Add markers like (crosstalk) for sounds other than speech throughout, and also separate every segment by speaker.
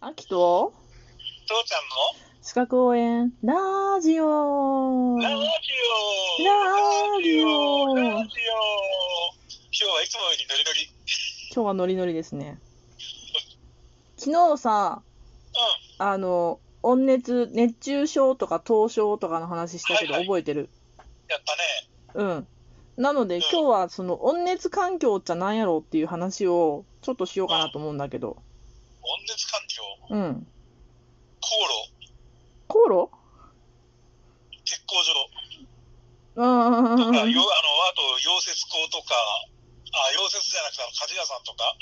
Speaker 1: 秋と
Speaker 2: 父ちゃん
Speaker 1: 資格応援ラジオ
Speaker 2: (laughs) のラジオ
Speaker 1: ラジオ
Speaker 2: ラジオラジオ今日はいつもよりノリノリ。
Speaker 1: 今日はノリノリですね。昨日さ、
Speaker 2: う
Speaker 1: あの、温熱、熱中症とか凍傷とかの話したけど
Speaker 2: はいはい
Speaker 1: 覚えてる。
Speaker 2: ん。やったね。
Speaker 1: うん。なので
Speaker 2: うん
Speaker 1: 今日はその温熱環境ってなんやろうっていう話をちょっとしようかなと思うんだけど。
Speaker 2: 温熱環境、
Speaker 1: うん。
Speaker 2: 航路、
Speaker 1: 航路
Speaker 2: 鉄工所
Speaker 1: うんうんうん
Speaker 2: とか、
Speaker 1: うん
Speaker 2: よあのあと溶接工とか、あ溶接じゃなくてあの鍛冶屋さんとか、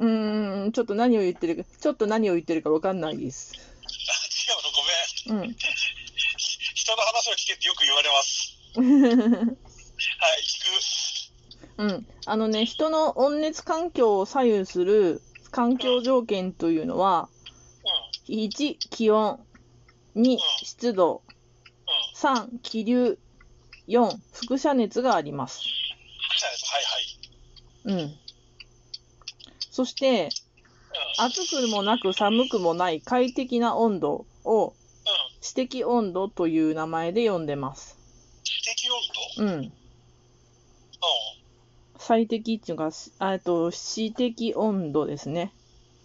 Speaker 1: うんうん。ちょっと何を言ってるか、ちょっと何を言ってるかわかんないです。
Speaker 2: あ違うのごめん。 (laughs)
Speaker 1: うん。
Speaker 2: 人の話を聞けってよく言われます。はい、聞く。
Speaker 1: うん、あのね、人の温熱環境を左右する環境条件というのは、
Speaker 2: うん、
Speaker 1: 1、気温、2、湿度、
Speaker 2: うん。
Speaker 1: 3、気流、4、輻射熱があります。
Speaker 2: じゃあはいはい。
Speaker 1: うん。そして、
Speaker 2: うん。
Speaker 1: 暑くもなく寒くもない快適な温度を、
Speaker 2: うん。
Speaker 1: 私的温度という名前で呼んでます。
Speaker 2: 適温度
Speaker 1: うん。
Speaker 2: うん。
Speaker 1: 最適っていうか、しあえっと、私的温度ですね。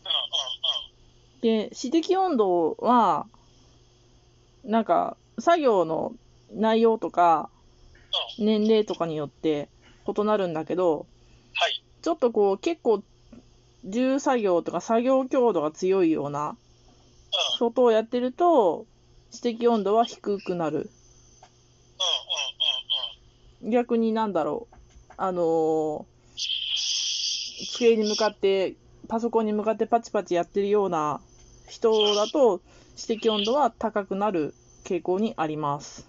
Speaker 2: うんうんうん。
Speaker 1: で、私的温度は、なんか、作業の内容とか、年齢とかによって異なるんだけど、
Speaker 2: はい。
Speaker 1: ちょっとこう、結構、重作業とか作業強度が強いような
Speaker 2: うん。
Speaker 1: ことをやってると、私的温度は低くなる。
Speaker 2: うんうんうんうん。
Speaker 1: 逆になんだろう、あのー机に向かって、パソコンに向かってパチパチやってるような人だと、指摘温度は高くなる傾向にあります。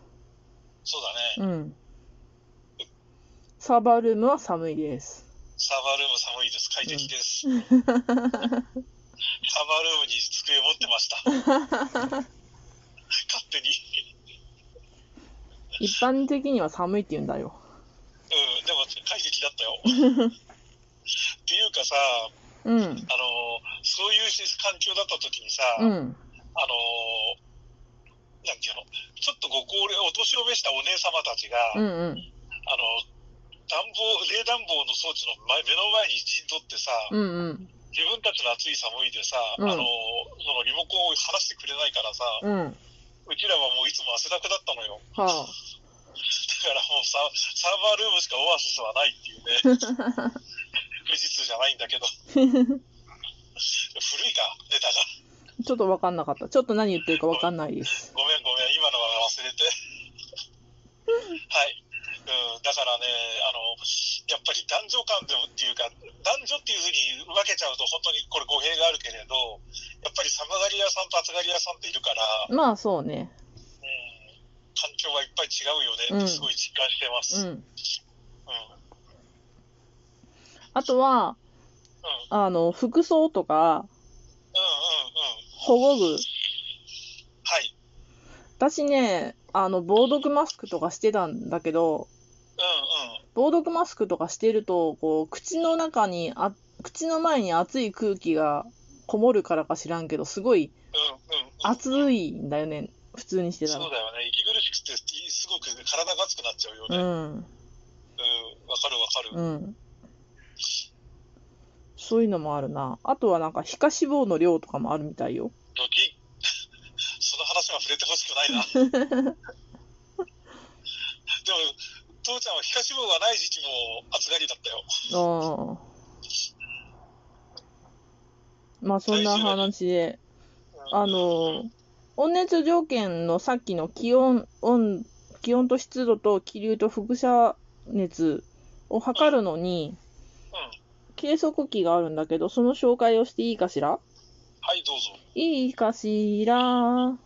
Speaker 2: そうだね。
Speaker 1: うん。サーバールームは寒いです。
Speaker 2: サーバールーム寒いです。快
Speaker 1: (laughs)
Speaker 2: 適です。サーバールームに机持ってました。勝手に。
Speaker 1: 一般的には寒いって言うんだよ。
Speaker 2: うん、でも快適だったよ。っていうかさ、あ
Speaker 1: うん。
Speaker 2: の、そういう環境だった時にさ、
Speaker 1: う
Speaker 2: あの、
Speaker 1: ん。
Speaker 2: なんていうの、ちょっとご高齢、お年を召したお姉様たちが、
Speaker 1: うん
Speaker 2: あの、
Speaker 1: うん。
Speaker 2: 暖房、冷暖房の装置の前目の前に陣取ってさ、
Speaker 1: うんうん。
Speaker 2: 自分たちの暑い寒いでさ、
Speaker 1: うん
Speaker 2: あの、そのリモコンを離してくれないからさ、
Speaker 1: うん。は
Speaker 2: うちらはもういつも汗だくだったのよ。
Speaker 1: あ。
Speaker 2: だからもうササーバールームしかオアシスはないっていうね。
Speaker 1: (laughs)
Speaker 2: 富士通じゃないんだけど。古いか、ネタが。
Speaker 1: ちょっとわかんなかった。ちょっと何言ってるかわかんないです。
Speaker 2: ごめんごめん、今のは忘れて。はい。うん、だからね、あの、やっぱり男女間でもっていうか、男女っていうふうに分けちゃうと本当にこれ語弊があるけれど、やっぱり寒がり屋さんと暑がり屋さんっているから、
Speaker 1: まあそうね。
Speaker 2: うん、環境はいっぱい違うよねってすごい実感してます。
Speaker 1: う
Speaker 2: うん。うん。
Speaker 1: ん。あとは、
Speaker 2: う
Speaker 1: あの、服装とか、
Speaker 2: んうんうん。
Speaker 1: 保護具。
Speaker 2: はい。
Speaker 1: 私ね、あの、防毒マスクとかしてたんだけど、
Speaker 2: うんうん。
Speaker 1: 防毒マスクとかしてると、こう、口の中にあ、口の前に熱い空気がこもるからか知らんけど、すごい
Speaker 2: うんうん、
Speaker 1: 熱いんだよね、普通にしてた
Speaker 2: そうだよね。息苦しくて、すごく体が熱くなっちゃうよね。うん、わ、
Speaker 1: ら。うん、
Speaker 2: かるわかる。うん、
Speaker 1: うん。そういうのもあるな。あとはなんか、皮下脂肪の量とかもあるみたいよ。
Speaker 2: ドキッその話は触れてほしくないな。でも、父ちゃんは皮下脂肪がない時期も暑がりだったよ。
Speaker 1: ああ。まあ、そんな話で。あのー、温熱条件のさっきの気温、温、気温と湿度と気流と輻射熱を測るのに、
Speaker 2: うん、うん。
Speaker 1: 計測器があるんだけど、その紹介をしていいかしら
Speaker 2: はい、どうぞ。
Speaker 1: いいかしら
Speaker 2: どうぞ。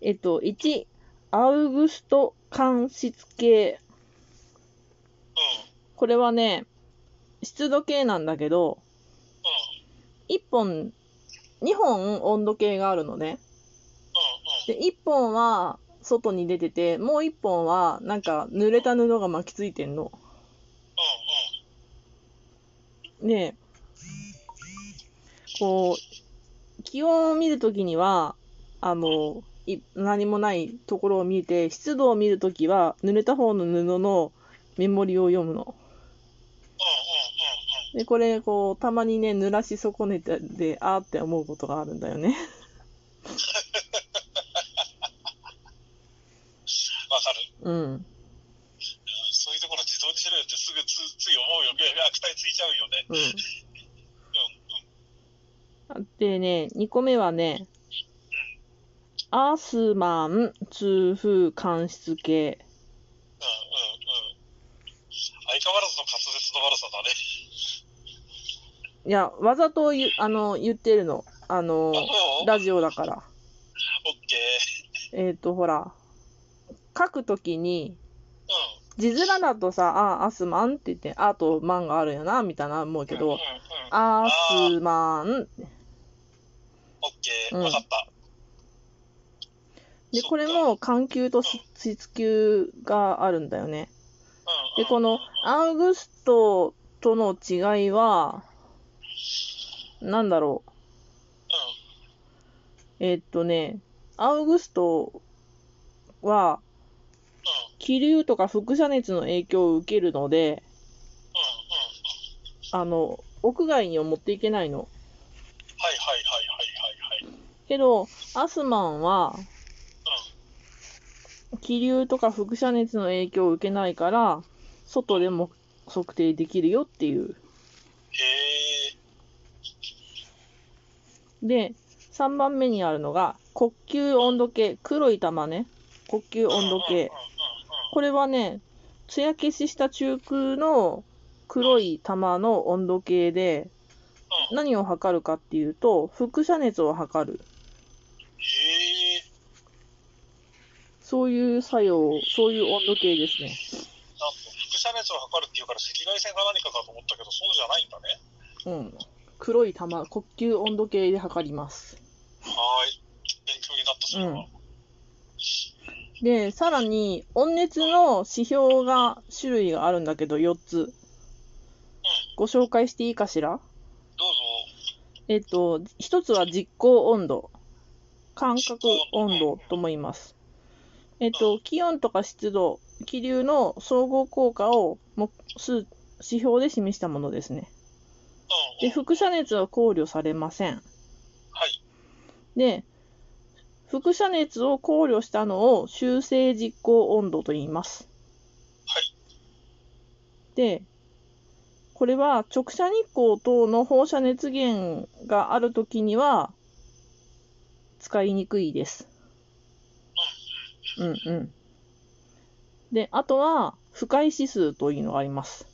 Speaker 1: えっと、1、アウグスト間質計。
Speaker 2: うん、
Speaker 1: これはね、湿度計なんだけど、
Speaker 2: うん、
Speaker 1: 1本、2本温度計があるのね。
Speaker 2: うん、うん。
Speaker 1: で、一本は外に出てて、もう一本はなんか濡れた布が巻きついてんの。
Speaker 2: うん、うん。
Speaker 1: で、こう、気温を見るときには、あの、い何もないところを見て、湿度を見るときは、濡れた方の布のメモリを読むの。
Speaker 2: うん
Speaker 1: で、これ、こう、たまにね、濡らし損ねて、で、あーって思うことがあるんだよね。
Speaker 2: わかる。
Speaker 1: うん。
Speaker 2: そういうところ自動にしろよってすぐつつい思うよ。いやいや悪態ついちゃうよね。
Speaker 1: う
Speaker 2: うんうん。
Speaker 1: ん。でね、2個目はね、アースマン痛風間質系。
Speaker 2: うんうんうん。相変わらずの滑舌の悪さだね。
Speaker 1: いや、わざとゆあの言ってるの。あの、
Speaker 2: そう
Speaker 1: ラジオだから。
Speaker 2: オッケー。
Speaker 1: えっ、と、ほら、書くときに、
Speaker 2: うん。
Speaker 1: 字面だとさ、あ、アスマンって言って、あとマンがあるよな、みたいな思うけ
Speaker 2: うんう
Speaker 1: ど
Speaker 2: ん、うん、
Speaker 1: アスマン。
Speaker 2: オッケー。
Speaker 1: うん
Speaker 2: わかった。
Speaker 1: で、これも、緩急と質球があるんだよね。
Speaker 2: うんうん
Speaker 1: で、この、アウグストとの違いは、なんだろう。
Speaker 2: う
Speaker 1: えっとね、アウグストは、
Speaker 2: んうん。
Speaker 1: 気流とか輻射熱の影響を受けるので、
Speaker 2: うんうんうんは
Speaker 1: あの、屋外には持っていけないの。
Speaker 2: いはいはいはいはいはい。うん。
Speaker 1: けど、アスマンは、気流とか輻射熱の影響を受けないから、外でも測定できるよっていう。
Speaker 2: へえ。
Speaker 1: で、3番目にあるのが、呼吸温度計、黒い玉ね。呼吸温度計
Speaker 2: うんうんうんうん。。
Speaker 1: これはね、艶消しした中空の黒い玉の温度計で、
Speaker 2: うん
Speaker 1: 何を測るかっていうと、輻射熱を測る。
Speaker 2: へえ。
Speaker 1: そういう作用、そういう温度計ですね。
Speaker 2: なんと、輻射熱を測るっていうから赤外線が何かかと思ったけど、そうじゃないんだね。
Speaker 1: うん。黒い玉、呼吸温度計で測ります。
Speaker 2: はーい。勉強になった、それは。
Speaker 1: うん
Speaker 2: うん。うん。
Speaker 1: で、さらに、温熱の指標が、種類があるんだけど、4つ。ご紹介していいかしら
Speaker 2: どうぞ。
Speaker 1: えっと、一つは実行温度、感覚温度と思います。えっと、気温とか湿度、気流の総合効果をも数指標で示したものですね。
Speaker 2: うん
Speaker 1: で、。
Speaker 2: うん。
Speaker 1: 輻射熱は考慮されません。
Speaker 2: はい。
Speaker 1: で、輻射熱を考慮したのを修正実行温度と言います。
Speaker 2: はい。
Speaker 1: で、これは直射日光等の放射熱源があるときには使いにくいです。うんうん。で、あとは不快指数というのがあります。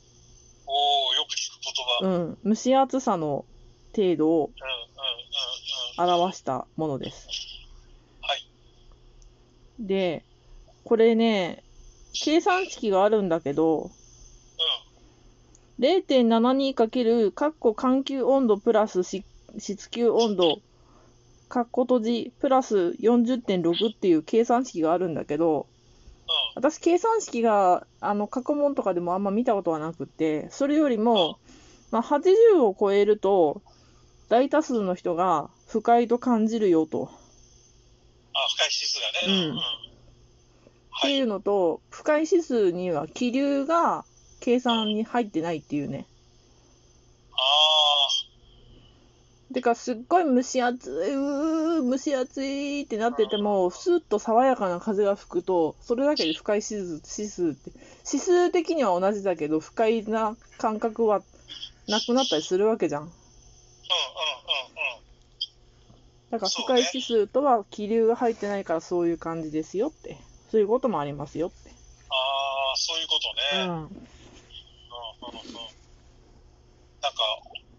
Speaker 2: おー、よく聞く言葉。うん。うん。うん。うん。
Speaker 1: うん。蒸し暑さの程度を表したものです。
Speaker 2: はい。
Speaker 1: で、これね、計算式があるんだけど、
Speaker 2: う
Speaker 1: 0.72× かっこ環球温度プラスし湿球温度かっこ閉じプラス40.6っていう計算式があるんだけど
Speaker 2: ん。うん。
Speaker 1: 私計算式があの過去問とかでもあんま見たことはなくてそれよりも、まあ、80を超えると大多数の人が不快と感じるよと。
Speaker 2: あ、深い指数が
Speaker 1: う
Speaker 2: ね。
Speaker 1: ん
Speaker 2: うん。
Speaker 1: っ
Speaker 2: は
Speaker 1: て
Speaker 2: い。
Speaker 1: いうのと、不快指数には気流が計算に入ってないっていうね。
Speaker 2: あー。
Speaker 1: てか、すっごい蒸し暑い、うー蒸し暑いってなってても、スーッと爽やかな風が吹くと、それだけで不快指数指数って、指数的には同じだけど、不快な感覚はなくなったりするわけじゃん。
Speaker 2: うん。うん。うん。うん。
Speaker 1: だから、
Speaker 2: そう
Speaker 1: 不
Speaker 2: ね
Speaker 1: 快指数とは気流が入ってないからそういう感じですよって。そういうこともありますよって。
Speaker 2: あー、そういうこと
Speaker 1: う
Speaker 2: ね。
Speaker 1: ん。
Speaker 2: うん。うん。うん。なんか、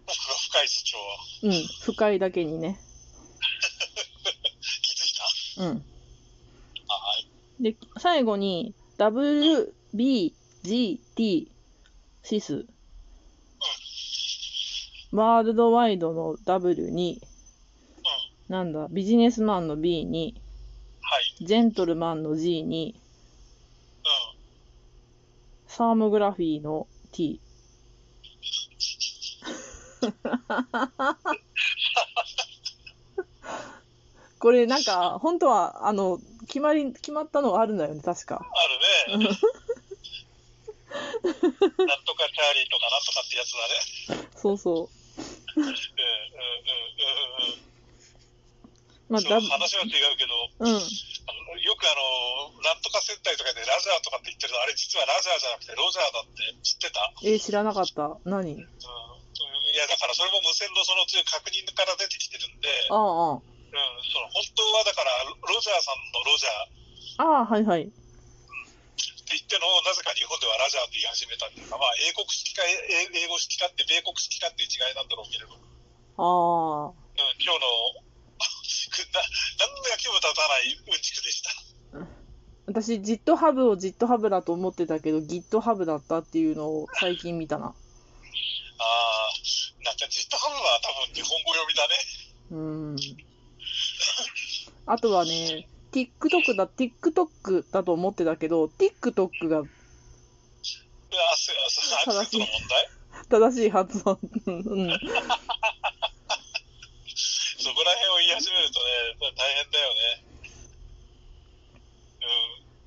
Speaker 2: 僕が深い主張は
Speaker 1: うん。不快だけにね。
Speaker 2: 気づいた。
Speaker 1: うん。
Speaker 2: あはい。
Speaker 1: で、最後に WBGT 指数。ワールドワイドの W に、
Speaker 2: うん。
Speaker 1: なんだ、ビジネスマンの B に、
Speaker 2: はい。
Speaker 1: ジェントルマンの G に、
Speaker 2: うん。
Speaker 1: サーモグラフィー
Speaker 2: (laughs)
Speaker 1: の T。これなんか、本当は、あの、決まり、決まったのがあるんだよね、確か。
Speaker 2: あ (laughs) るね。なんとかチャーリーとかなんとかってやつだね。
Speaker 1: そうそ
Speaker 2: うんうんうんうんうん
Speaker 1: う。まあ、
Speaker 2: そう
Speaker 1: だ、
Speaker 2: 話は違うけど、
Speaker 1: うん。
Speaker 2: あのよくあの、なんとか接待とかでラジャーとかって言ってるの、あれ実はラジャーじゃなくてロジャーだって知ってた、うん、
Speaker 1: えー知らなかった。何
Speaker 2: いや、だからそれも無線のそのうち確認から出てきてるんで、
Speaker 1: ああ、ああ。
Speaker 2: うん、その本当はだからロジャーさんのロジャー
Speaker 1: ああ、はいはい。
Speaker 2: って言ってのをなぜか日本ではラジャーと言い始めたっていうか、まあ、英国式か英英語式かって米国式かっていう違いなんだろうけれど、うん、
Speaker 1: ああ。
Speaker 2: 今日の、ななんだか気分立たないうんちくでした。
Speaker 1: 私、GitHub を GitHub だと思ってたけど、GitHub だったっていうのを最近見たな。
Speaker 2: ああ、なんか GitHub は多分日本語読みだね。
Speaker 1: うん。あとはね、TikTok だ、TikTok だと思ってたけど、TikTok が
Speaker 2: あ、そうや、そうアクセントの問題
Speaker 1: 正しい発音。うん。
Speaker 2: そこら辺を言い始めるとね、大変だよね。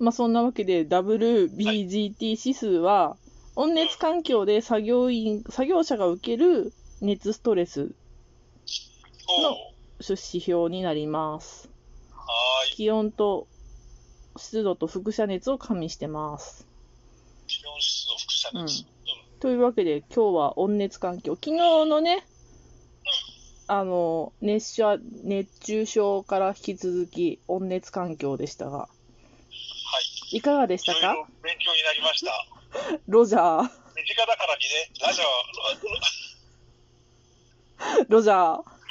Speaker 2: うん、
Speaker 1: まあそんなわけで WBGT 指数は、温熱環境で作業員、作業者が受ける熱ストレス
Speaker 2: ほう、
Speaker 1: 指標になります。
Speaker 2: はーい、
Speaker 1: 気温と湿度と輻射熱を加味してます。
Speaker 2: 気温湿度副射熱。うん、
Speaker 1: というわけで今日は温熱環境。昨日のね、あの、熱射、熱中症から引き続き温熱環境でしたが、
Speaker 2: はい、
Speaker 1: いかがでし
Speaker 2: い
Speaker 1: た
Speaker 2: ろい
Speaker 1: か
Speaker 2: ろ勉強になりました。
Speaker 1: ロジャー、
Speaker 2: 身近だからにね、ラジャー、
Speaker 1: ロジャー。